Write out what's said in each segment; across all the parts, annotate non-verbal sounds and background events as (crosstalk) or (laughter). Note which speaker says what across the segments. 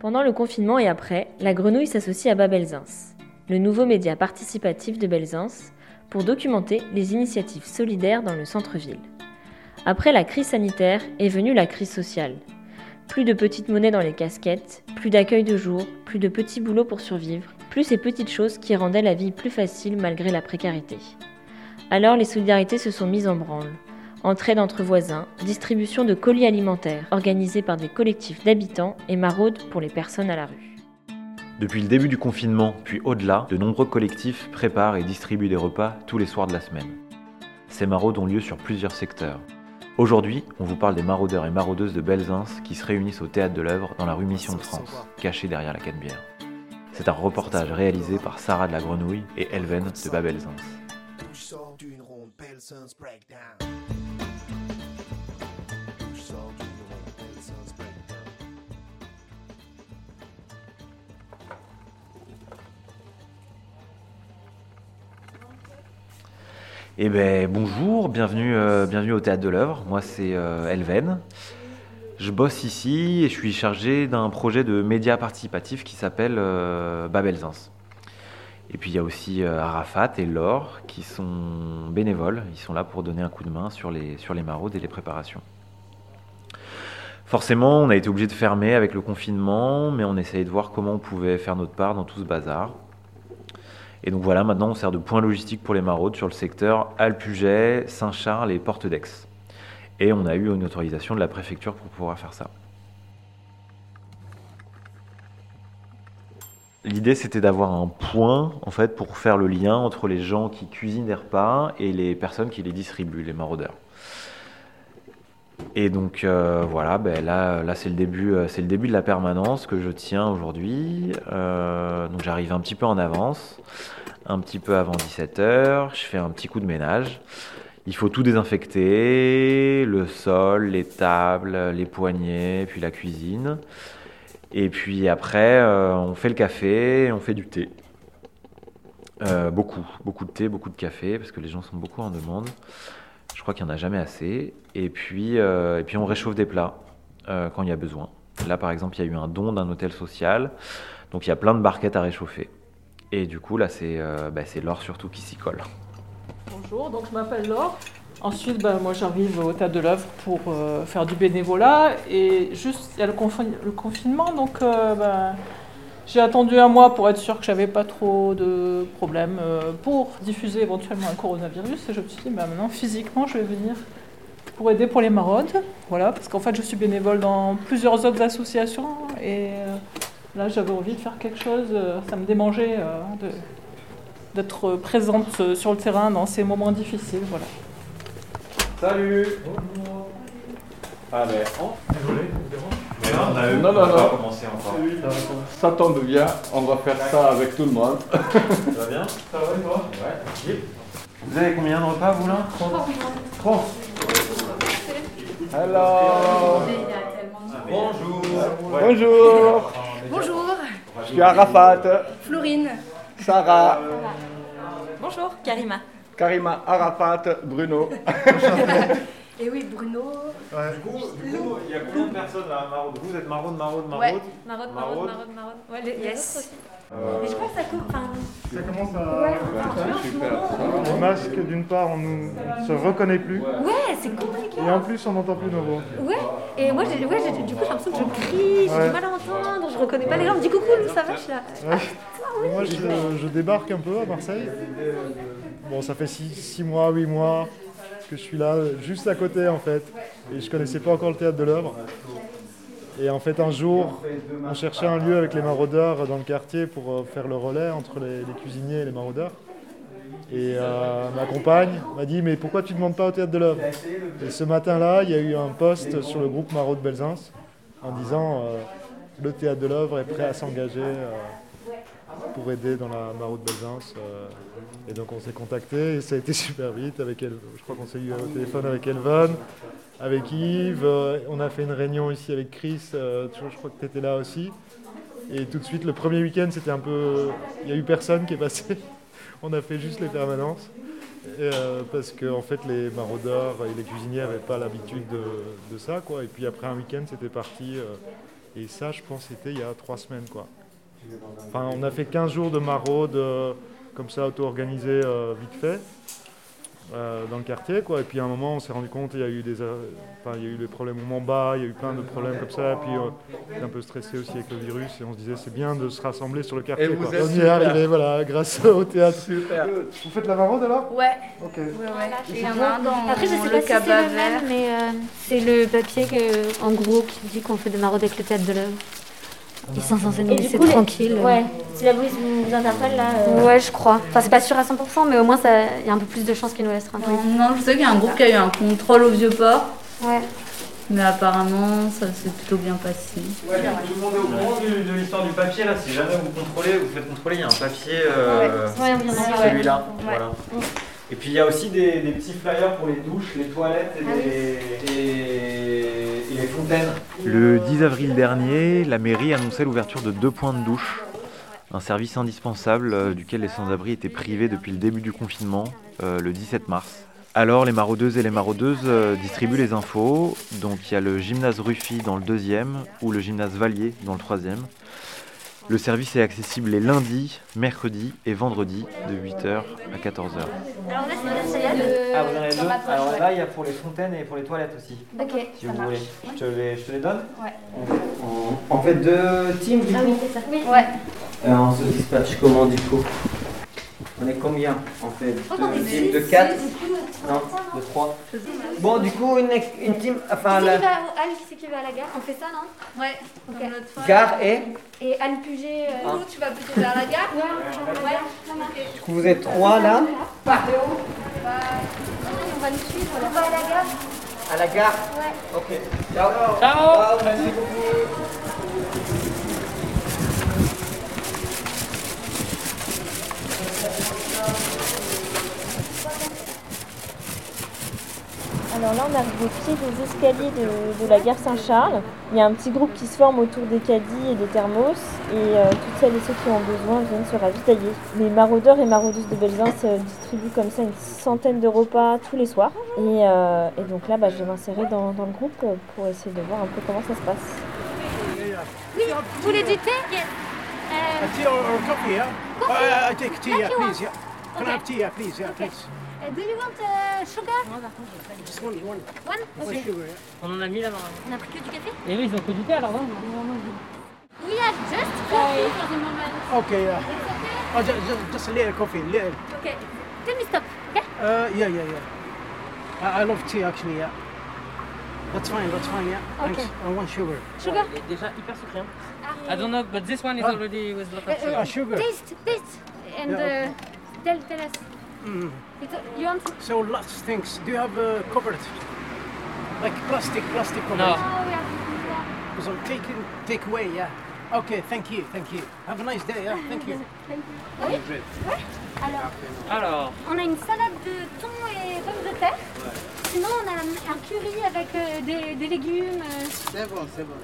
Speaker 1: Pendant le confinement et après, la grenouille s'associe à Babelzins, le nouveau média participatif de Belzins, pour documenter les initiatives solidaires dans le centre-ville. Après la crise sanitaire est venue la crise sociale. Plus de petites monnaies dans les casquettes, plus d'accueil de jour, plus de petits boulots pour survivre, plus ces petites choses qui rendaient la vie plus facile malgré la précarité. Alors les solidarités se sont mises en branle. Entraide entre voisins, distribution de colis alimentaires organisée par des collectifs d'habitants et maraudes pour les personnes à la rue.
Speaker 2: Depuis le début du confinement, puis au-delà, de nombreux collectifs préparent et distribuent des repas tous les soirs de la semaine. Ces maraudes ont lieu sur plusieurs secteurs. Aujourd'hui, on vous parle des maraudeurs et maraudeuses de Belzins qui se réunissent au théâtre de l'œuvre dans la rue Mission de France, cachée derrière la canebière. C'est un reportage réalisé par Sarah de la Grenouille et Elven de Babelzins.
Speaker 3: Je sors d'une ronde, Belsons Breakdown. Je sors d'une ronde, Belsons Breakdown.
Speaker 2: Eh ben bonjour, bienvenue, euh, bienvenue au théâtre de l'œuvre. Moi c'est euh, Elven. Je bosse ici et je suis chargé d'un projet de média participatif qui s'appelle euh, Babelzins. Et puis il y a aussi euh, Arafat et Laure qui sont bénévoles. Ils sont là pour donner un coup de main sur les, sur les maraudes et les préparations. Forcément, on a été obligé de fermer avec le confinement, mais on essayait de voir comment on pouvait faire notre part dans tout ce bazar. Et donc voilà, maintenant on sert de point logistique pour les maraudes sur le secteur Alpuget, Saint-Charles et Porte d'Aix. Et on a eu une autorisation de la préfecture pour pouvoir faire ça. L'idée c'était d'avoir un point en fait pour faire le lien entre les gens qui cuisinent des repas et les personnes qui les distribuent, les maraudeurs. Et donc euh, voilà, ben là, là c'est le début, euh, c'est le début de la permanence que je tiens aujourd'hui. Euh, donc j'arrive un petit peu en avance, un petit peu avant 17h, je fais un petit coup de ménage. Il faut tout désinfecter, le sol, les tables, les poignées, puis la cuisine. Et puis après, euh, on fait le café, et on fait du thé. Euh, beaucoup, beaucoup de thé, beaucoup de café, parce que les gens sont beaucoup en demande. Je crois qu'il n'y en a jamais assez. Et puis, euh, et puis on réchauffe des plats euh, quand il y a besoin. Là, par exemple, il y a eu un don d'un hôtel social. Donc, il y a plein de barquettes à réchauffer. Et du coup, là, c'est euh, bah, c'est l'or surtout qui s'y colle.
Speaker 4: Bonjour, donc je m'appelle Laure. Ensuite, bah, moi j'arrive au tas de l'œuvre pour euh, faire du bénévolat. Et juste, il y a le, confin- le confinement, donc euh, bah, j'ai attendu un mois pour être sûr que j'avais pas trop de problèmes euh, pour diffuser éventuellement un coronavirus. Et je me suis dit, bah, maintenant physiquement, je vais venir pour aider pour les maraudes. Voilà, parce qu'en fait, je suis bénévole dans plusieurs autres associations. Et euh, là, j'avais envie de faire quelque chose. euh, ça me démangeait euh, de- d'être présente euh, sur le terrain dans ces moments difficiles. Voilà.
Speaker 2: Salut Ah, oh.
Speaker 5: Non, non, non.
Speaker 2: commencé encore.
Speaker 5: Ça tombe bien, on va faire ça avec tout le monde.
Speaker 2: Ça va bien Ça va, toi Ouais, tranquille. Vous avez combien de repas, vous, là 30.
Speaker 5: Hello
Speaker 2: Bonjour
Speaker 5: (laughs) Bonjour
Speaker 6: Bonjour,
Speaker 5: Je suis Arafat,
Speaker 6: Florine.
Speaker 5: Sarah,
Speaker 6: Bonjour, Karima.
Speaker 5: Karima Arafat, Bruno. (laughs)
Speaker 6: Et Eh oui, Bruno.
Speaker 2: Du coup, du coup, il y a combien de personnes là maraude Vous êtes maraude, maraude, maraude
Speaker 6: Ouais.
Speaker 7: Maraude,
Speaker 2: Maraude.
Speaker 7: maraude, maraude, maraude. Ouais, les, les autres
Speaker 6: Yes.
Speaker 7: aussi.
Speaker 6: Mais je crois que ça coupe. Enfin,
Speaker 8: Ça commence
Speaker 6: ouais,
Speaker 8: à.
Speaker 6: enfin, tu vois, en ce moment,
Speaker 8: Le masque, d'une part, on nous- on se reconnaît plus,
Speaker 6: Ouais, c'est compliqué.
Speaker 8: et en plus, on n'entend plus nos voix.
Speaker 6: Ouais. Et moi, j'ai- ouais, j'ai- du coup, j'ai l'impression que je crie, j'ai
Speaker 8: Ouais.
Speaker 6: du mal à entendre, je reconnais pas les gens. Je dis coucou, Lou, ça va, je suis là.
Speaker 8: Moi, je, je débarque un peu à Marseille. Bon, ça fait 6 mois, 8 mois que je suis là, euh, juste à côté en fait. Et je connaissais pas encore le théâtre de l'œuvre. Et en fait, un jour, on cherchait un lieu avec les maraudeurs dans le quartier pour euh, faire le relais entre les, les cuisiniers et les maraudeurs. Et euh, ma compagne m'a dit Mais pourquoi tu ne demandes pas au théâtre de l'œuvre Et ce matin-là, il y a eu un post sur le groupe Maraud de Belzins en disant euh, Le théâtre de l'œuvre est prêt à s'engager. euh, pour aider dans la maraude Belzins. euh, et donc on s'est contacté et ça a été (laughs) super vite. Avec elle, je crois qu'on s'est eu au téléphone avec Elvan, avec Yves. euh, on a fait une réunion ici avec Chris. euh, tu vois, je crois que tu étais là aussi. Et tout de suite, le premier week-end, c'était un peu. Il n'y a eu personne qui est passé. (laughs) On a fait juste les permanences. Et, euh, parce que en fait, les maraudeurs et les cuisiniers n'avaient pas l'habitude de, de ça. Quoi. Et puis après un week-end, c'était parti. euh, Et ça, je pense, c'était il y a trois semaines, quoi. Enfin, on a fait 15 jours de maraude, euh, comme ça, auto-organisée, euh, vite fait, euh, dans le quartier, quoi. Et puis, à un moment, on s'est rendu compte, il y a eu des... euh, Enfin, il y a eu les problèmes au Mamba, il y a eu plein de problèmes comme ça. Et puis, euh, on était un peu stressé aussi avec le virus. Et on se disait, c'est bien de se rassembler sur le quartier,
Speaker 5: vous
Speaker 8: quoi.
Speaker 5: êtes
Speaker 8: On y est
Speaker 5: super.
Speaker 8: arrivé, voilà, grâce au théâtre. Vous faites la maraude, alors
Speaker 7: Ouais,
Speaker 8: Ok.
Speaker 7: ouais, ouais.
Speaker 6: Et
Speaker 7: Il y en
Speaker 6: sinon,
Speaker 7: a un dans
Speaker 6: Après, je sais
Speaker 7: le
Speaker 6: pas si c'est
Speaker 7: cabas
Speaker 6: le
Speaker 7: vert.
Speaker 6: même, mais euh, c'est le papier que, en gros qui dit qu'on fait des maraudes avec le théâtre de l'œuvre. Et sans enseigner, c'est les- tranquille.
Speaker 7: Ouais, si la brise vous interpelle là. euh,
Speaker 6: Ouais, je crois. Enfin, c'est pas sûr à 100%, mais au moins, ça- il y a un peu plus de chances qu'ils nous laissent tranquille.
Speaker 7: Non, je sais qu'il y a un groupe qui a eu un contrôle au vieux port,
Speaker 6: Ouais.
Speaker 7: mais apparemment ça s'est plutôt bien passé.
Speaker 2: Tout le monde est au courant du- de l'histoire du papier là. Si jamais vous contrôlez, vous faites contrôler, il y a un papier. euh,
Speaker 6: Ouais, on vient d'avoir-
Speaker 2: Celui-là. Voilà. Et puis il y a aussi des, des petits flyers pour les douches, les toilettes
Speaker 6: Ah
Speaker 2: et, les, et- et les fontaines. Le 10 avril dernier, la mairie annonçait l'ouverture de deux points de douche. Un service indispensable euh, duquel les sans-abri étaient privés depuis le début du confinement, euh, le 17 mars. Alors les maraudeuses et les maraudeuses euh, distribuent les infos. Donc il y a le gymnase Ruffy dans le deuxième ou le gymnase Valier dans le troisième. Le service est accessible les lundis, mercredis et vendredis de 8h à 14h.
Speaker 6: Alors là, c'est bien, c'est
Speaker 2: Ah, vous en avez deux Alors là, il y a pour les fontaines et pour les toilettes aussi,
Speaker 6: Ok,
Speaker 2: si vous voulez. Je te les, je te les donne
Speaker 6: Ouais.
Speaker 2: On, on fait deux teams du
Speaker 6: Ah
Speaker 2: coup
Speaker 6: oui, c'est ça. Ouais.
Speaker 2: Euh, On se dispatche comment du coup On est combien On fait deux teams de 4 Non, de 3. Bon, du coup, une, une team. Enfin,
Speaker 6: Qui c'est
Speaker 2: la
Speaker 6: qui va au Al, qui c'est qui va à la gare On fait ça, non
Speaker 7: Ouais,
Speaker 6: Ok.
Speaker 7: comme l'autre fois.
Speaker 2: gare et. Ah.
Speaker 6: Et Al Puget. euh,
Speaker 7: Nous, tu vas plutôt vers la gare.
Speaker 6: Ouais, ouais. Non, non.
Speaker 2: Du coup, vous êtes 3 là
Speaker 6: On va le suivre. On va à la gare.
Speaker 2: À la gare Ouais. Ok. Ciao Ciao Merci beaucoup
Speaker 1: Alors là, on arrive au pied des escaliers de, de la gare Saint-Charles. Il y a un petit groupe qui se forme autour des caddies et des thermos. Et euh, toutes celles et ceux qui en ont besoin viennent se ravitailler. Les maraudeurs et maraudeuses de Belzins euh, distribuent comme ça une centaine de repas tous les soirs. Et, euh, et donc là, bah, je vais m'insérer dans, dans le groupe euh, pour essayer de voir un peu comment ça se passe.
Speaker 6: Vous voulez du thé Yes. Euh,
Speaker 9: Tea or, or coffee, yeah? Uh, I take tea, yeah, please, yeah. Can I have tea, yeah, please, yeah,
Speaker 6: Okay.
Speaker 9: please.
Speaker 6: uh, do you want uh, sugar
Speaker 9: Just one, one,
Speaker 6: One
Speaker 9: one sugar, yeah.
Speaker 6: On a pris que du café
Speaker 10: Et Eh oui, ils ont que du thé alors, non
Speaker 6: We have just coffee for the moment.
Speaker 9: Okay, yeah. Oh, just, just, just a little coffee, little.
Speaker 6: Okay. Tell me stop, okay
Speaker 9: Uh, yeah, yeah, yeah. I, I love tea, actually, yeah. That's fine, that's fine, yeah. Thanks.
Speaker 6: Okay.
Speaker 9: I want sugar.
Speaker 6: Sugar
Speaker 10: Déjà hyper sucré. hein. I don't know, but this one is
Speaker 9: Ah.
Speaker 10: already with lot of
Speaker 9: Uh,
Speaker 10: Ah, sugar.
Speaker 9: sugar.
Speaker 6: Euh, Taste, taste. And
Speaker 9: Yeah, okay.
Speaker 6: uh, tell, tell us.
Speaker 9: Mm.
Speaker 6: It's, you want to...
Speaker 9: So, lots of things. Do you have uh, cupboard? Like plastic, plastic cupboard?
Speaker 10: No.
Speaker 6: Oh, we have...
Speaker 9: Because I'm taking, take away, yeah. Okay, thank you, thank you. Have a nice day, yeah. Thank you.
Speaker 6: Oui Alors,
Speaker 10: Alors,
Speaker 6: on a une salade de thon et pommes de terre. Sinon, on a un, un curry avec euh, des, des légumes. euh.
Speaker 9: C'est bon, c'est bon.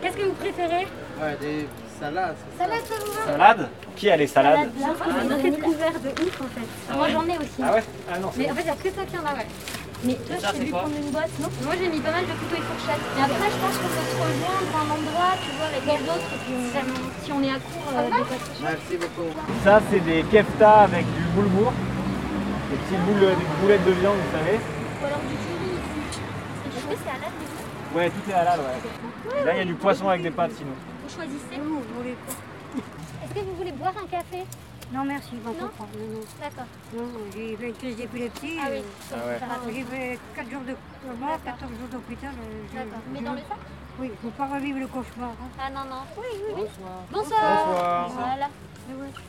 Speaker 6: Qu'est-ce que vous préférez
Speaker 9: Ouais, des salades.
Speaker 6: Salade, ça vous va
Speaker 2: Salade Qui a les salades
Speaker 6: Là, on a des couverts de ouf en fait. Moi j'en ai aussi.
Speaker 2: Ah ouais Ah non,
Speaker 6: Mais en fait, il n'y a que ça qu'il y en a, ouais. Mais toi, je t'ai dû prendre une boîte, non Moi, j'ai mis pas mal de couteaux et fourchettes. Et après, je pense qu'on peut se rejoindre à un endroit, tu vois, avec les autres, et puis on- si on est à court euh, de boîtes.
Speaker 9: Merci beaucoup.
Speaker 2: Ça, c'est des kefta avec du boulgour. Des petites boules, des boulettes de viande, vous savez.
Speaker 6: Ou alors du curry. Je trouve que c'est à l'âge, mais vous,
Speaker 2: Ouais, tout est halal, ouais. Là, il y a du poisson avec des pâtes, sinon.
Speaker 6: vous choisissez. Nous, on voulait quoi Est-ce que vous voulez boire un café
Speaker 7: Non, merci, je vais
Speaker 6: Non.
Speaker 7: prendre. Non, non,
Speaker 6: D'accord.
Speaker 7: non, j'ai eu une crise d'épilepsie.
Speaker 6: Ah oui.
Speaker 7: euh,
Speaker 6: ça va, oui.
Speaker 7: J'ai fait 4 jours de coma, 14 jours d'hôpital. euh, je-
Speaker 6: D'accord.
Speaker 7: je-
Speaker 6: Mais dans le sac
Speaker 7: Oui, faut pas revivre le cauchemar. hein.
Speaker 6: Ah non, non. Oui, oui, oui. Bonsoir. Bonsoir. Voilà.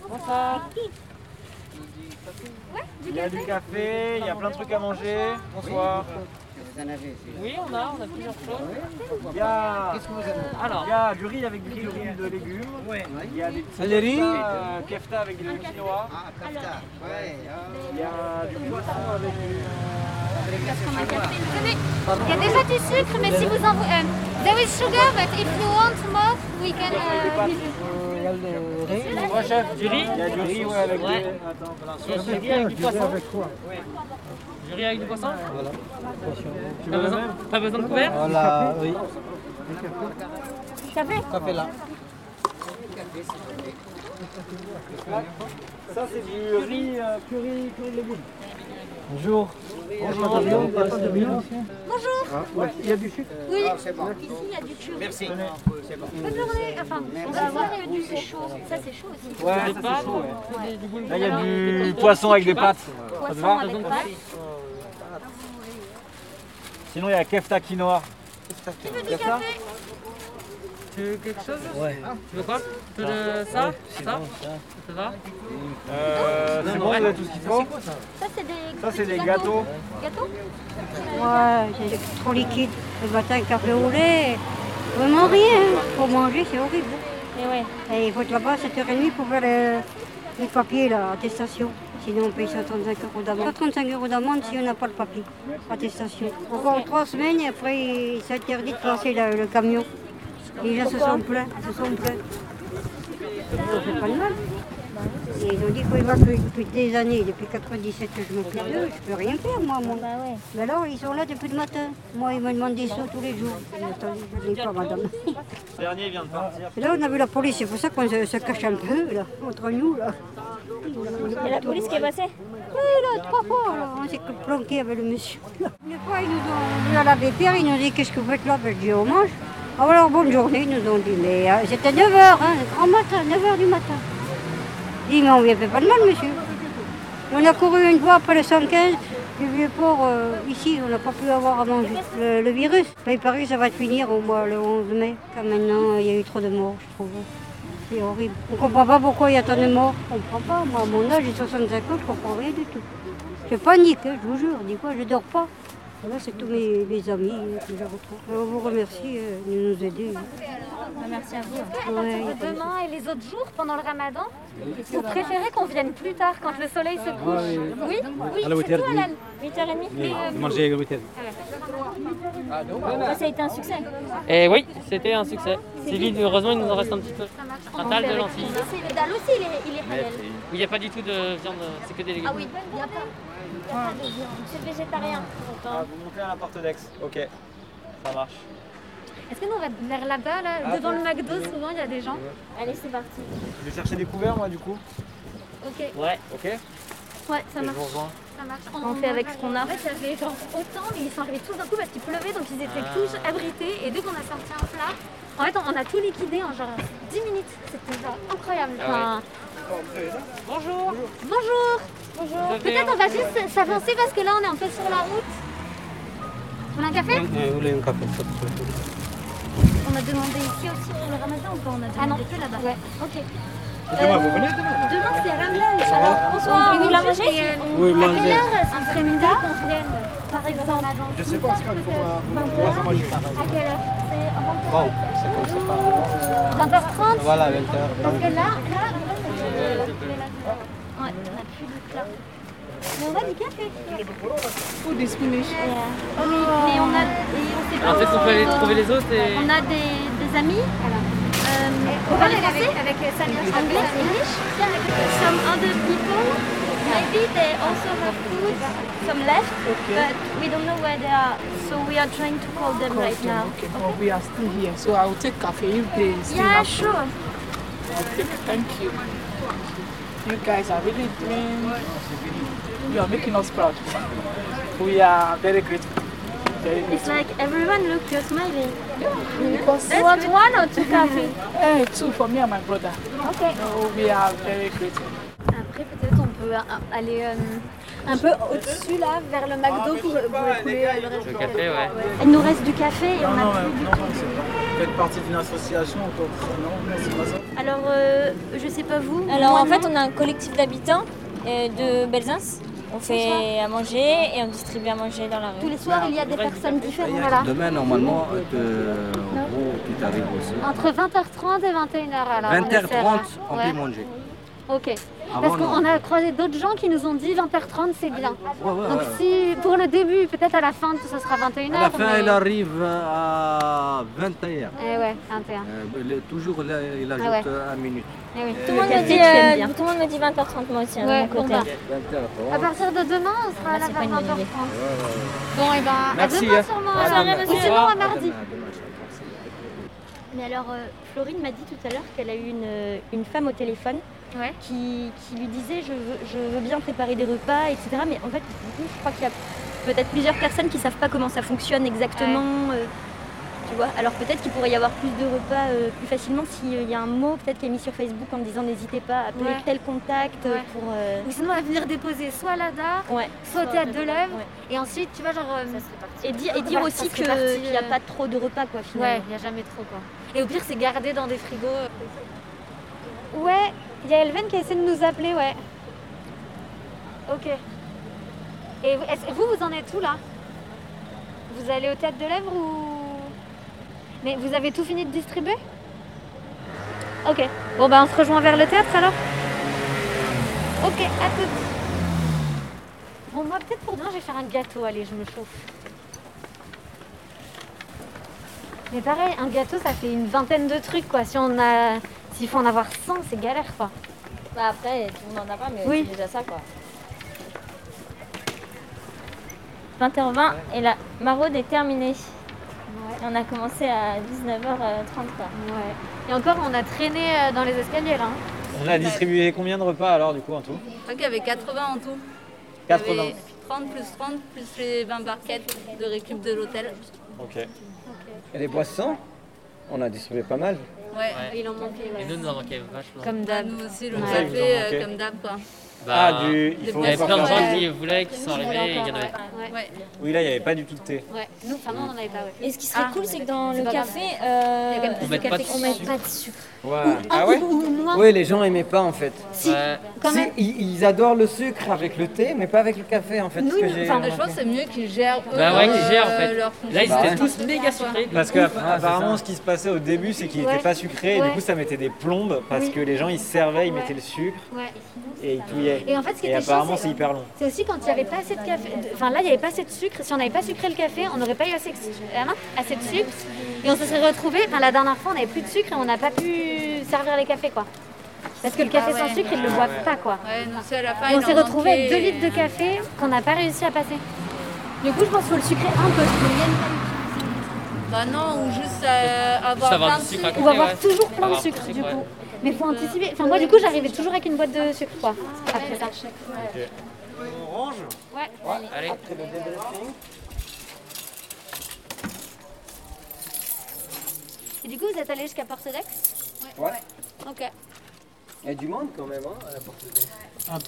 Speaker 6: Bonsoir. Ouais, du
Speaker 2: Il y a
Speaker 6: café.
Speaker 2: du café, il y a plein de trucs à manger. Bonsoir.
Speaker 10: oui, on a, on a plusieurs choses.
Speaker 2: Il y a,
Speaker 10: Alors,
Speaker 2: il y a du riz avec du riz de légumes. Il y a des petits
Speaker 10: Le riz.
Speaker 2: kefta, euh, kefta avec des légumes chinois.
Speaker 10: Ah,
Speaker 2: Il y a du poisson avec du...
Speaker 6: Il y a déjà du sucre, mais si vous en voulez. there is sugar, but if you want more, we can. euh,
Speaker 10: moi chef, du riz
Speaker 2: Il y a du riz ouais, avec
Speaker 10: Ouais.
Speaker 2: des... Attends, plein
Speaker 10: Il y a du riz avec du poisson. Avec quoi Du riz avec du poisson Voilà. T'as besoin, t'as besoin de couvert
Speaker 9: Voilà, oui.
Speaker 7: café
Speaker 9: Café là.
Speaker 10: Ça, c'est du riz, euh, curry, curry de légumes.
Speaker 9: Bonjour.
Speaker 10: Bonjour,
Speaker 9: Bonjour.
Speaker 10: madame. Il y a pas de viande
Speaker 9: Ah, ouais. Il y a du sucre
Speaker 6: Oui, ici il y a du curry.
Speaker 9: Merci.
Speaker 6: Bonne journée. Enfin, on va voir euh, du c'est chaud. Ça c'est chaud aussi.
Speaker 9: Ouais, ça, c'est chaud, ouais.
Speaker 6: Ouais.
Speaker 9: Là, il y a du poisson avec des pâtes. Ça te
Speaker 6: Poisson
Speaker 9: va
Speaker 6: avec pâtes.
Speaker 9: Sinon, il y a kefta quinoa.
Speaker 6: Qui veut du café
Speaker 10: Tu veux quelque chose
Speaker 9: Ouais.
Speaker 10: Tu veux quoi Tu veux de- ça Ça Ça va
Speaker 9: Euh, c'est bon, vous avez tout ce qu'il faut
Speaker 6: Ça c'est des
Speaker 9: Ça, c'est
Speaker 6: petits
Speaker 9: des gâteaux.
Speaker 6: Gâteaux
Speaker 7: Ouais, c'est trop liquide. Le matin, café au lait, vraiment rien. Pour manger, c'est horrible.
Speaker 6: Mais ouais.
Speaker 7: Et il faut être là-bas à 7h30 pour faire euh, les, papiers, là, attestation. Sinon, on paye 135 euros d'amende. 135 euros d'amende si on n'a pas le papier, attestation. Encore trois semaines et après, ils s'interdit de passer le, le camion. Les gens se sont plaints, se sont plaints. Ça fait pas de mal. Et ils ont dit qu'on y va depuis, depuis des années, depuis 97 que je m'occupe d'eux, je peux rien faire moi. moi.
Speaker 6: Bah
Speaker 7: Mais alors ils sont là depuis le matin. Moi ils me demandent des sous tous les jours. Je dis, attendez, je ne l'ai pas madame.
Speaker 9: Le dernier vient de partir.
Speaker 7: Et là on a vu la police, c'est pour ça qu'on se, se cache un peu là, entre nous là.
Speaker 6: Et la police qui est passée
Speaker 7: Oui, là, trois fois, là, on s'est planqué avec le monsieur. là. Une fois, ils nous ont vu à la BPR, ils nous ont dit Qu'est-ce que vous faites là ben, Je dis On mange. Ah, bah, alors, bonne journée, ils nous ont dit. Mais euh, c'était 9h, hein, grand matin, 9h du matin. Je dis Mais on ne fait pas de mal, monsieur. Et on a couru une fois après le 115 du vieux port euh, ici, on n'a pas pu avoir à manger le, le virus. Ben, il paraît que ça va finir au mois le 11 mai, car maintenant, euh, il y a eu trop de morts, je trouve. C'est horrible. On ne comprend pas pourquoi il y a tant de morts. On ne comprend pas. Moi, à mon âge, j'ai 65 ans, je ne comprends rien du tout. Je panique, hein, je vous jure. Des fois, je ne dors pas. Et Là, c'est tous mes, mes amis euh, que je retrouve. Alors, on vous remercie euh, de nous aider.
Speaker 6: Ah, Merci à vous. À
Speaker 7: Ouais.
Speaker 6: partir de demain et les autres jours pendant le ramadan, vous préférez qu'on vienne plus tard quand le soleil se couche Ah, Oui, oui,
Speaker 9: À la
Speaker 6: c'est
Speaker 9: 8h30.
Speaker 6: toi, Alan. 8h30 mais, euh, Ah,
Speaker 9: Manger le week-end.
Speaker 6: Ça, ça a été un succès.
Speaker 10: Eh oui, c'était un succès. C'est vide, heureusement, il nous en reste un petit peu. Un tal de lentilles.
Speaker 6: Ah, c'est le dalle aussi, il est, il est halal.
Speaker 10: Oui, il n'y a pas du tout de viande, c'est que des légumes.
Speaker 6: Ah oui, il n'y a pas. Il y a pas de viande. C'est végétarien.
Speaker 11: Ah,
Speaker 9: vous montez à la porte d'Aix. Ok. Ça marche.
Speaker 6: Est-ce que nous on va vers là-bas, là,
Speaker 9: Ah,
Speaker 6: devant
Speaker 9: bon.
Speaker 6: le McDo, souvent il y a des gens Allez, c'est parti.
Speaker 9: Je vais chercher des couverts, moi, du coup.
Speaker 6: Ok,
Speaker 10: Ouais.
Speaker 9: Ok Et
Speaker 6: ouais, ça
Speaker 9: je
Speaker 6: marche.
Speaker 9: vous rejoins.
Speaker 6: Ça marche. On fait avec ce qu'on a. En fait, il y avait genre autant, mais ils sont arrivés tous d'un coup parce qu'il pleuvait, donc ils étaient
Speaker 10: Ah.
Speaker 6: tous abrités. Et dès qu'on a sorti un plat, en fait, on a tout liquidé en genre 10 minutes. C'était genre incroyable.
Speaker 10: Ah ouais.
Speaker 6: Enfin,
Speaker 10: Bonjour
Speaker 6: Bonjour Bonjour Peut-être on va juste s'avancer parce que là, on est un peu sur la route. Vous voulez un café
Speaker 9: Vous voulez un café
Speaker 6: On a demandé ici aussi pour le ramadan ou pas On a demandé ah non. que là-bas. Ouais, ok.
Speaker 10: Eh ben,
Speaker 9: Demain, vous venez demain
Speaker 6: euh, Demain, c'est Ramadan. Alors, bonsoir, vous la mangez
Speaker 9: Oui,
Speaker 6: À
Speaker 9: mangez.
Speaker 6: quelle heure un après-midi qu'on vienne Par exemple, je sais pas, c'est
Speaker 9: Moi, moi, je suis
Speaker 6: À quelle heure C'est
Speaker 9: Bon, c'est comme ça.
Speaker 6: 20h30
Speaker 9: Voilà, 20h.
Speaker 6: Parce que là, là, là, c'est que- Ouais, on a plus de plat. Mais on va du café.
Speaker 12: Ou des spinach.
Speaker 6: Euh, oui, mais on a. et on sait pas
Speaker 10: En fait,
Speaker 6: où
Speaker 10: on peut aller
Speaker 6: les autres.
Speaker 10: trouver les autres et...
Speaker 6: On a des, des amis. Euh, on va les avec, avec Samir. Anglais, English. Some other people. Maybe they also have food. Some left, but we don't know where they are. So we are trying to call them right now.
Speaker 12: Okay, but we are still here, so I will take cafe if they still
Speaker 6: Yeah,
Speaker 12: have
Speaker 6: sure.
Speaker 12: Okay, thank you. You guys are really doing. You are making us proud. We are very grateful. Very
Speaker 6: It's
Speaker 12: grateful.
Speaker 6: like everyone look, you're smiling.
Speaker 12: Because
Speaker 6: You want one or two (laughs) coffee?
Speaker 12: Eh, two for me and my brother.
Speaker 6: Okay.
Speaker 12: So we are very grateful.
Speaker 6: Après, peut-être on peut euh, aller euh, un peu au-dessus là, vers le McDo pour, pour écouler euh, le reste
Speaker 10: Le
Speaker 6: du
Speaker 10: café, ouais.
Speaker 6: Il nous reste du café et on a plus du tout.
Speaker 9: Vous faites partie d'une association encore Non, non, c'est pas ça.
Speaker 6: Alors, euh, je sais pas vous.
Speaker 13: Alors en fait, on a un collectif d'habitants euh, de Belzins. On fait à manger et on distribue à manger dans la rue.
Speaker 6: tous les soirs, il y a des personnes différentes. Voilà.
Speaker 14: Demain, normalement, euh, en gros, tu t'arrives aussi.
Speaker 6: Entre 20h30 et 21h alors. on essaie,
Speaker 14: 20h30,
Speaker 6: là.
Speaker 10: hein.
Speaker 14: on
Speaker 6: Ouais.
Speaker 14: peut manger.
Speaker 6: Ok.
Speaker 14: Avant,
Speaker 6: Parce
Speaker 14: non.
Speaker 6: qu'on a croisé d'autres gens qui nous ont dit 20h30 c'est bien.
Speaker 14: Ouais, ouais,
Speaker 6: Donc
Speaker 14: ouais.
Speaker 6: si pour le début, peut-être à la fin, ce sera 21h.
Speaker 14: À la fin,
Speaker 6: mais-
Speaker 14: elle arrive à 21h.
Speaker 6: Eh ouais, 21.
Speaker 14: Euh, toujours, là,
Speaker 10: Ah
Speaker 14: il ajoute
Speaker 6: ouais.
Speaker 14: euh, un minute.
Speaker 6: Eh oui.
Speaker 13: Tout le monde me dit, euh, tout le monde me dit 20h30 moi aussi, hein,
Speaker 6: Ouais,
Speaker 13: de mon côté.
Speaker 6: bon, bah. À partir de demain, on
Speaker 13: Bah,
Speaker 6: sera là vers 20h30. Bon, et ben, à
Speaker 14: Merci,
Speaker 6: demain
Speaker 14: hein.
Speaker 6: sûrement.
Speaker 14: À
Speaker 6: alors.
Speaker 14: demain,
Speaker 6: Ou
Speaker 14: monsieur.
Speaker 6: sinon, à mardi. Mais alors, euh, Florine m'a dit tout à l'heure qu'elle a eu une, euh, une femme au téléphone qui, qui lui disait je veux, je veux bien préparer des repas, etc. Mais en fait, du coup, je crois qu'il y a peut-être plusieurs personnes qui ne savent pas comment ça fonctionne exactement. euh, tu vois Alors peut-être qu'il pourrait y avoir plus de repas euh, plus facilement s'il y a un mot peut-être qui est mis sur Facebook en disant n'hésitez pas à appeler
Speaker 15: Ouais.
Speaker 6: tel contact euh,
Speaker 15: Ouais.
Speaker 6: pour. euh,
Speaker 15: Ou sinon, à venir déposer soit à la DAR,
Speaker 6: Ouais.
Speaker 15: soit au théâtre de l'œuvre.
Speaker 6: Ouais. Ah,
Speaker 15: Et ensuite, tu vois, genre. euh,
Speaker 6: Et, dire- et dire
Speaker 15: voilà, ça
Speaker 6: aussi
Speaker 15: serait
Speaker 6: que-
Speaker 15: parti,
Speaker 6: qu'il n'y a
Speaker 15: euh,
Speaker 6: pas trop de repas quoi finalement.
Speaker 15: Ouais, il n'y a jamais trop quoi. Et au pire, c'est gardé dans des frigos. euh.
Speaker 16: Ouais, il y a Elven qui a essayé de nous appeler, ouais. Ok. Et vous, est-ce- vous, vous en êtes où là Vous allez au théâtre de l'œuvre ou. Mais vous avez tout fini de distribuer Ok. Bon, bah on se rejoint vers le théâtre alors Ok, à tout. Bon, moi peut-être pour demain, je vais faire un gâteau. Allez, je me chauffe. Mais pareil, un gâteau, ça fait une vingtaine de trucs quoi. Si on a. S'il faut en avoir 100, c'est galère quoi.
Speaker 13: Bah après, tout le monde n'en a pas, mais
Speaker 16: Oui.
Speaker 13: c'est déjà ça quoi. 20h20 et la maraude est terminée. On a commencé à 19h30 quoi.
Speaker 16: Ouais. Et encore, on a traîné euh, dans les escaliers là. hein.
Speaker 11: On a distribué combien de repas alors du coup en tout
Speaker 17: Je crois qu'il y avait 80 en tout. Il y
Speaker 11: 80.
Speaker 17: avait 30 plus 30 plus les 20 barquettes de récup de l'hôtel.
Speaker 11: Ok. Et les boissons On a distribué pas mal.
Speaker 17: Ouais.
Speaker 16: Il en manquait.
Speaker 10: Et nous, nous en manquait vachement.
Speaker 17: Comme d'hab. Nous aussi, le
Speaker 11: Comme
Speaker 17: café,
Speaker 11: d'hab, ils en manquaient.
Speaker 17: euh, comme d'hab quoi.
Speaker 11: Ah, du- il
Speaker 10: Bah, Il
Speaker 11: faut
Speaker 10: y avait
Speaker 11: encore
Speaker 10: plein de
Speaker 11: faire
Speaker 10: gens
Speaker 11: ça.
Speaker 10: qui voulaient, qui sont arrivés, et il y en avait pas.
Speaker 17: Ouais.
Speaker 11: Oui, là, il n'y avait pas du tout de thé.
Speaker 16: Ouais, nous, enfin, non, on en avait pas.
Speaker 13: Et ce qui serait cool, c'est que dans
Speaker 16: C'est
Speaker 13: le
Speaker 16: pas
Speaker 13: café,
Speaker 16: grave.
Speaker 13: euh,
Speaker 16: Il y a quand même
Speaker 11: On mette pas de
Speaker 13: on mette
Speaker 11: sucre.
Speaker 13: pas de sucre.
Speaker 11: Ah ouais
Speaker 16: ou moins.
Speaker 11: Oui, les gens aimaient pas en fait.
Speaker 16: Si,
Speaker 17: quand
Speaker 11: Si,
Speaker 17: même.
Speaker 11: Ils, ils adorent le sucre avec le thé, mais pas avec le café en fait. ce que j'ai
Speaker 17: je pense que c'est mieux qu'ils gèrent eux
Speaker 11: Bah ouais,
Speaker 17: leur,
Speaker 11: qu'ils gèrent, en
Speaker 17: euh,
Speaker 11: fait.
Speaker 17: leur
Speaker 11: Là, ils étaient
Speaker 17: consommation.
Speaker 11: tous
Speaker 10: méga sucrés.
Speaker 11: Parce que
Speaker 10: Ouais,
Speaker 11: apparemment, ce qui se passait au début, c'est qu'il n'était
Speaker 10: Ouais.
Speaker 11: pas sucré, et
Speaker 16: Ouais.
Speaker 11: du coup, ça mettait des plombes parce
Speaker 16: Oui.
Speaker 11: que les gens ils servaient, ils
Speaker 16: Ouais.
Speaker 11: mettaient le sucre
Speaker 16: Ouais.
Speaker 11: et ils touillaient.
Speaker 16: Et en fait, ce qui était chiant,
Speaker 11: apparemment, c'est hyper long.
Speaker 16: C'est aussi quand il n'y avait pas assez de café. de- Enfin, là, il n'y avait pas assez de sucre. Si on n'avait pas sucré le café, on n'aurait pas eu assez, de- euh, non, assez de sucre. Et on se serait retrouvés. Enfin, la dernière fois, on n'avait plus de sucre et on n'a pas pu servir les cafés, quoi. Parce que le café
Speaker 10: bah
Speaker 17: Ah
Speaker 16: sans
Speaker 17: ouais.
Speaker 16: sucre, ils ne le
Speaker 17: Ah
Speaker 16: boivent
Speaker 17: ouais.
Speaker 16: pas, quoi.
Speaker 17: Ouais, nous aussi, à la fin,
Speaker 16: Et on
Speaker 17: il
Speaker 16: s'est
Speaker 17: en
Speaker 16: retrouvés avec 2
Speaker 17: manquait.
Speaker 16: litres de café qu'on n'a pas réussi à passer. Du coup, je pense qu'il faut le sucrer un peu.
Speaker 17: Bah non, ou juste euh, avoir
Speaker 16: avoir
Speaker 17: plein
Speaker 16: du
Speaker 17: de
Speaker 16: sucre
Speaker 17: sucre.
Speaker 16: à côté, Ou avoir ouais. toujours plein de Avoir sucre, du sucre, du ouais. coup. Mais faut anticiper. Enfin, moi, du coup, j'arrivais toujours avec une boîte de sucre, quoi. Après ça.
Speaker 11: Orange
Speaker 16: Ouais.
Speaker 10: Allez.
Speaker 16: Et du coup, vous êtes allé jusqu'à Porte d'Aix
Speaker 11: Ouais.
Speaker 16: Ok.
Speaker 11: Il y a du monde quand même
Speaker 14: hein,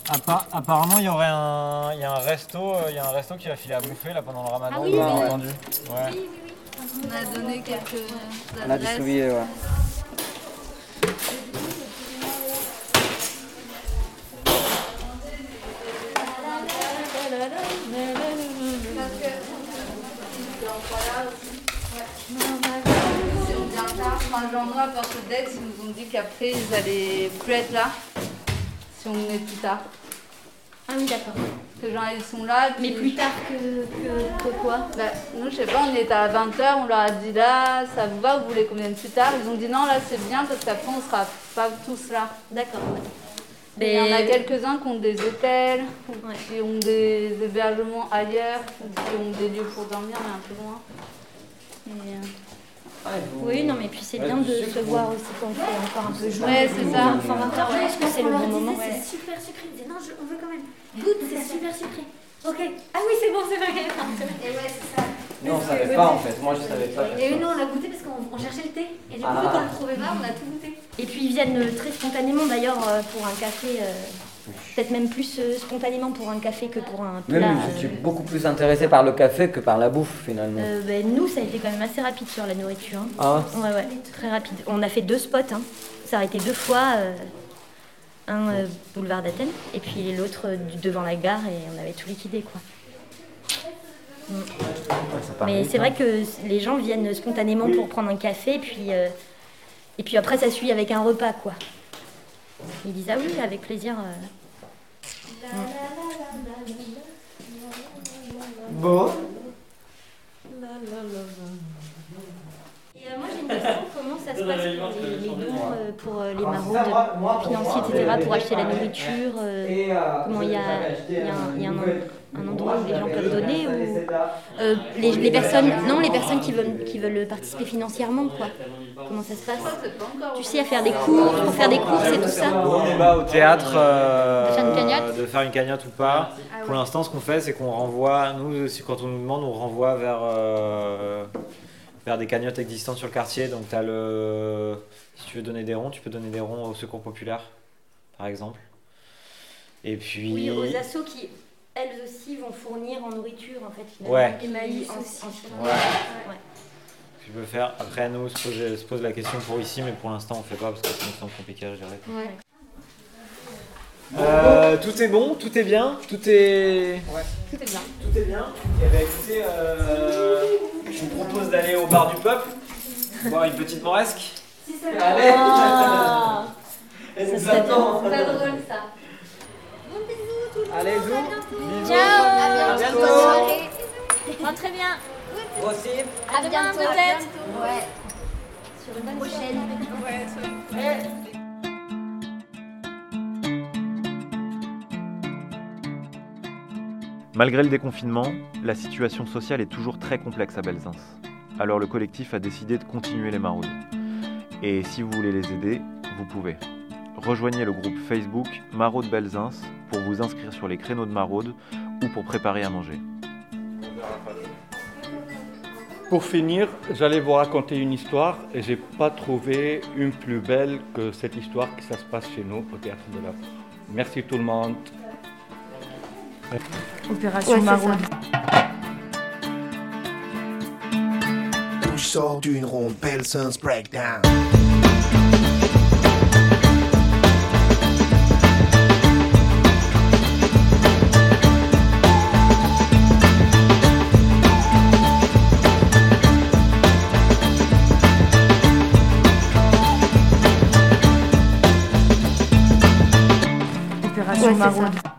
Speaker 11: à la
Speaker 18: Apparemment, il y aurait un, il y a un resto, euh, il y a un resto qui va filer à bouffer là pendant le ramadan.
Speaker 17: Ah oui,
Speaker 18: on a
Speaker 17: oui.
Speaker 18: entendu. Ouais.
Speaker 17: On a donné quelques
Speaker 10: Bah,
Speaker 11: On a
Speaker 17: adresses.
Speaker 11: distribué, ouais.
Speaker 17: Enfin, genre moi, à Porte d'Aix, ils nous ont dit qu'après, ils allaient plus être là si on venait plus tard. Ah oui, d'accord. Que genre, ils sont là. Mais plus tard que, quoi bah, Nous, je sais pas, on était à 20h, on leur a dit là, ça vous va, vous voulez qu'on vienne plus tard Ils ont dit non, là, c'est bien parce qu'après, on sera pas tous là. D'accord. Mais il y en a
Speaker 6: Mais-
Speaker 17: quelques-uns qui ont des hôtels, ou qui ont des hébergements ailleurs, ou qui ont des lieux pour dormir, mais un peu loin. Mais, euh,
Speaker 6: Oui, non, mais puis c'est
Speaker 17: Ouais,
Speaker 6: bien de
Speaker 17: du sucre,
Speaker 6: se
Speaker 17: ouais.
Speaker 6: voir aussi quand on fait encore un peu jouer.
Speaker 17: Ouais, c'est ça.
Speaker 6: Enfin, 20 heures, je pense que c'est le bon moment.
Speaker 15: C'est super sucré. Ils disaient, non, je- on veut quand même. Goûte, c'est super sucré. Ok. Ah oui, c'est bon, c'est vrai. Et ouais, c'est ça.
Speaker 11: Non, on savait pas en fait. Moi, je savais pas.
Speaker 15: Et nous, on l'a goûté parce qu'on on cherchait le thé. Et du coup,
Speaker 11: Ah.
Speaker 15: quand on le trouvait pas, on a tout goûté.
Speaker 6: Et puis ils viennent euh, très spontanément d'ailleurs euh, pour un café, euh, peut-être même plus euh, spontanément pour un café que pour un plat.
Speaker 11: Même, je suis beaucoup plus intéressé par le café que par la bouffe finalement.
Speaker 6: Euh, ben, nous, ça a été quand même assez rapide sur la nourriture. hein.
Speaker 11: Ah
Speaker 6: ouais, ouais, très rapide. On a fait deux spots. hein. Ça a été deux fois. euh, un euh, boulevard d'Athènes et puis l'autre euh, du- devant la gare et on avait tout liquidé quoi. Mm. Mais c'est vrai que c- les gens viennent spontanément pour prendre un café puis euh, et puis après ça suit avec un repas quoi. Ils disent ah oui avec plaisir.
Speaker 11: Mm.
Speaker 6: euh.
Speaker 11: Bon.
Speaker 6: Et, euh, moi j'ai une question, comment ça se passe pour les, les dons euh, pour euh, les
Speaker 11: Alors, c'est
Speaker 6: maraudes
Speaker 11: Ah, ça, moi- moi, pour
Speaker 6: financiers,
Speaker 11: moi,
Speaker 6: etc.,
Speaker 11: les-
Speaker 6: pour
Speaker 11: les-
Speaker 6: acheter la nourriture euh,
Speaker 11: Et, euh,
Speaker 6: Comment
Speaker 11: vous
Speaker 6: il y a,
Speaker 11: avez acheté
Speaker 6: il y a un-
Speaker 11: un-
Speaker 6: il y a un-
Speaker 11: une nouvelle-
Speaker 6: un endroit où les gens peuvent donner ou euh, les, les personnes non les personnes qui veulent qui veulent participer financièrement quoi comment ça se passe tu sais à faire des cours pour faire des courses et tout ça
Speaker 11: Gros débat au théâtre euh,
Speaker 6: De faire une cagnotte
Speaker 11: de faire une cagnotte ou
Speaker 6: Ah
Speaker 11: pas.
Speaker 6: ouais.
Speaker 11: Pour l'instant, ce qu'on fait, c'est qu'on renvoie, nous aussi, quand on nous demande, on renvoie vers, euh, vers des cagnottes existantes sur le quartier. Donc, as le, si tu veux donner des ronds, tu peux donner des ronds au secours populaire, par exemple. Et puis.
Speaker 6: oui aux assos qui elles aussi vont fournir en nourriture en fait finalement.
Speaker 11: Ouais.
Speaker 6: Emmaüs aussi.
Speaker 11: Ouais. Tu peux faire. Après, nous, se pose, se pose la question pour ici, mais pour l'instant, on fait pas parce que ça nous semble compliqué à gérer.
Speaker 6: Ouais.
Speaker 11: Euh, tout est bon, tout est bien, tout est.
Speaker 6: Tout est bien.
Speaker 11: Tout est bien. Eh bien, écoutez, euh, je vous propose d'aller au bar du peuple, boire une petite moresque. Allez
Speaker 6: Ah.
Speaker 11: Elle
Speaker 6: Ça
Speaker 11: nous
Speaker 6: serait
Speaker 11: attend.
Speaker 6: bien. Pas drôle,
Speaker 9: ça.
Speaker 10: Allez, zou. À
Speaker 6: Ciao.
Speaker 10: bientôt. Bonne soirée.
Speaker 6: Rentrez bien.
Speaker 10: Moi aussi.
Speaker 6: À demain peut-être. Ouais.
Speaker 9: Sur une prochaine. Ouais, sur une prochaine.
Speaker 11: Malgré le déconfinement, la situation sociale est toujours très complexe à Belzins. Alors le collectif a décidé de continuer les maraudes. Et si vous voulez les aider, vous pouvez. Rejoignez le groupe Facebook Maraude Belzins pour vous inscrire sur les créneaux de maraude ou pour préparer à manger.
Speaker 5: Pour finir, j'allais vous raconter une histoire et j'ai pas trouvé une plus belle que cette histoire que ça se passe chez nous au théâtre de l'œuvre. Merci tout le monde.
Speaker 1: Opération
Speaker 3: Ouais, c'est
Speaker 1: Maraude.
Speaker 3: D'où je sors d'une ronde, Pelsons Breakdown.
Speaker 1: Opération Maraude.